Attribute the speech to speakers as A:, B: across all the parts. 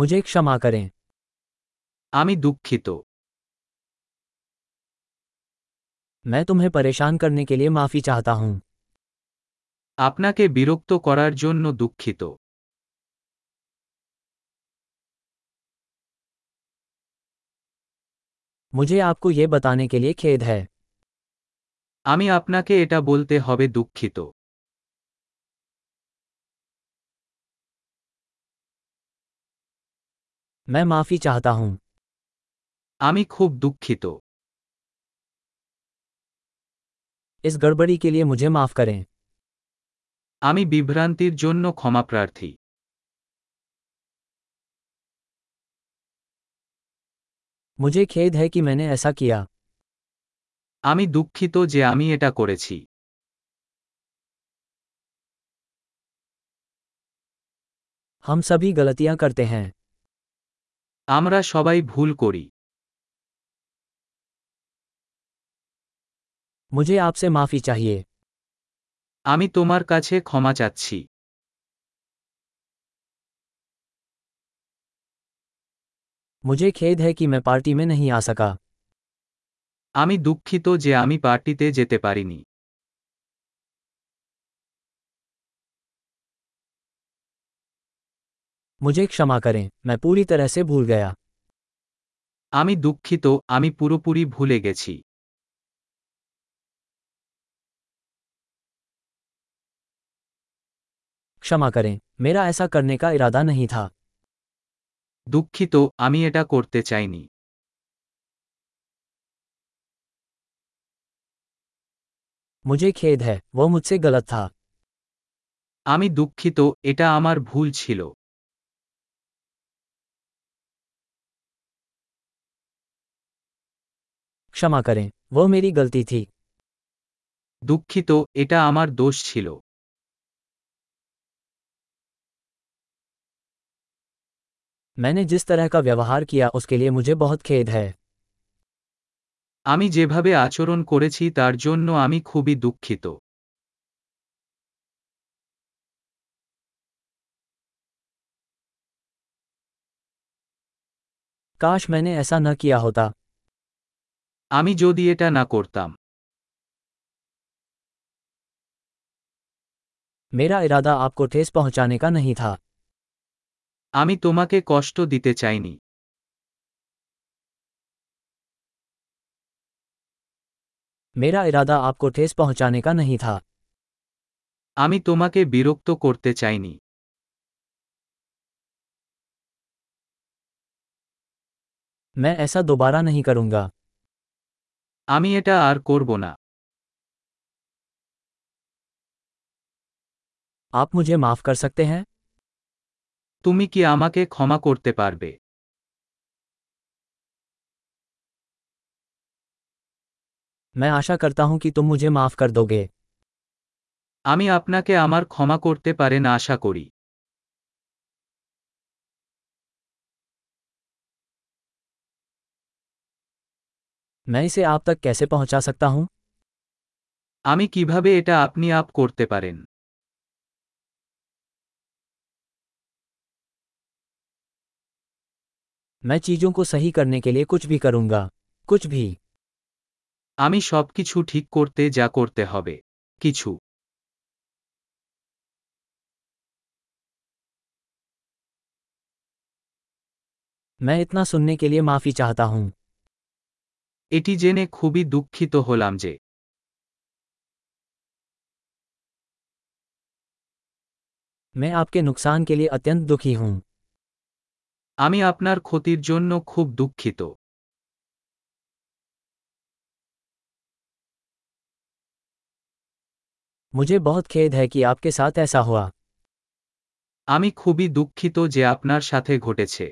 A: मुझे क्षमा करें
B: আমি দুঃখিত
A: मैं तुम्हें परेशान करने के लिए माफी चाहता हूँ
B: আপনাকে বিরক্ত করার জন্য দুঃখিত
A: मुझे आपको ये बताने के लिए खेद है
B: আমি আপনাকে এটা বলতে হবে দুঃখিত
A: मैं माफी चाहता हूँ
B: আমি খুব দুঃখিত
A: इस गड़बड़ी के लिए मुझे माफ करें
B: আমি বিভ্রান্তির জন্য ক্ষমাপ্রার্থী
A: मुझे खेद है कि मैंने ऐसा किया
B: আমি দুঃখিত যে আমি এটা করেছি
A: हम सभी गलतियाँ करते हैं
B: আমরা সবাই ভুল করি
A: मुझे आपसे माफी चाहिए
B: আমি তোমার কাছে ক্ষমা চাচ্ছি
A: मुझे खेद है कि मैं पार्टी में नहीं आ सका
B: আমি দুঃখিত যে আমি পার্টিতে যেতে পারিনি
A: मुझे क्षमा करें मैं पूरी तरह से भूल गया
B: আমি দুঃখিত আমি পুরোপুরি ভুলে গেছি
A: क्षमा करें मेरा ऐसा करने का इरादा नहीं था
B: দুঃখিত আমি এটা করতে চাইনি
A: मुझे खेद है वह मुझसे गलत था
B: আমি দুঃখিত এটা আমার ভুল ছিল
A: क्षमा करें वह मेरी गलती थी
B: দুঃখিত এটা আমার দোষ ছিল
A: मैंने जिस तरह का व्यवहार किया उसके लिए मुझे बहुत खेद है
B: আমি যেভাবে আচরণ করেছি তার জন্য আমি খুবই দুঃখিত
A: काश मैंने ऐसा न किया होता
B: আমি যদি এটা না করতাম
A: मेरा इरादा आपको ठेस पहुंचाने का नहीं था
B: আমি তোমাকে কষ্ট দিতে চাইনি
A: मेरा इरादा आपको ठेस पहुंचाने का नहीं था
B: আমি তোমাকে বিরক্ত করতে চাইনি
A: मैं ऐसा दोबारा नहीं करूंगा
B: আমি এটা আর করব না
A: आप मुझे माफ कर सकते हैं
B: তুমি কি আমাকে ক্ষমা করতে পারবে
A: मैं आशा करता हूं कि तुम मुझे माफ कर दोगे
B: আমি আপনাকে আমার ক্ষমা করতে পারেন আশা করি
A: मैं इसे आप तक कैसे पहुंचा सकता हूं
B: আমি কিভাবে এটা আপনি আপ করতে পারেন
A: मैं चीजों को सही करने के लिए कुछ भी करूंगा कुछ भी
B: আমি সবকিছু ঠিক করতে যা করতে হবে কিছু
A: मैं इतना सुनने के लिए माफी चाहता हूं
B: এটি জেনে খুবই দুঃখিত হলাম যে
A: मैं आपके नुकसान के लिए अत्यंत दुखी हूं
B: আমি আপনার ক্ষতির জন্য খুব দুঃখিত
A: मुझे बहुत खेद है कि आपके साथ ऐसा हुआ
B: আমি খুবই দুঃখিত যে আপনার সাথে ঘটেছে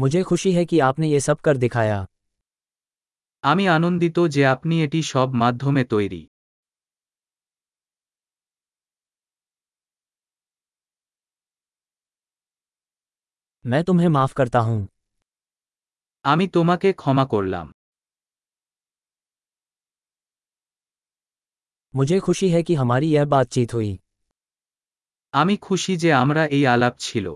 A: मुझे खुशी है कि आपने ये सब कर दिखाया
B: আমি আনন্দিত যে আপনি এটি সব মাধ্যমে তৈরি
A: मैं तुम्हें माफ करता हूं
B: আমি তোমাকে ক্ষমা করলাম
A: मुझे खुशी है कि हमारी यह बातचीत हुई
B: আমি খুশি যে আমরা এই আলাপ ছিল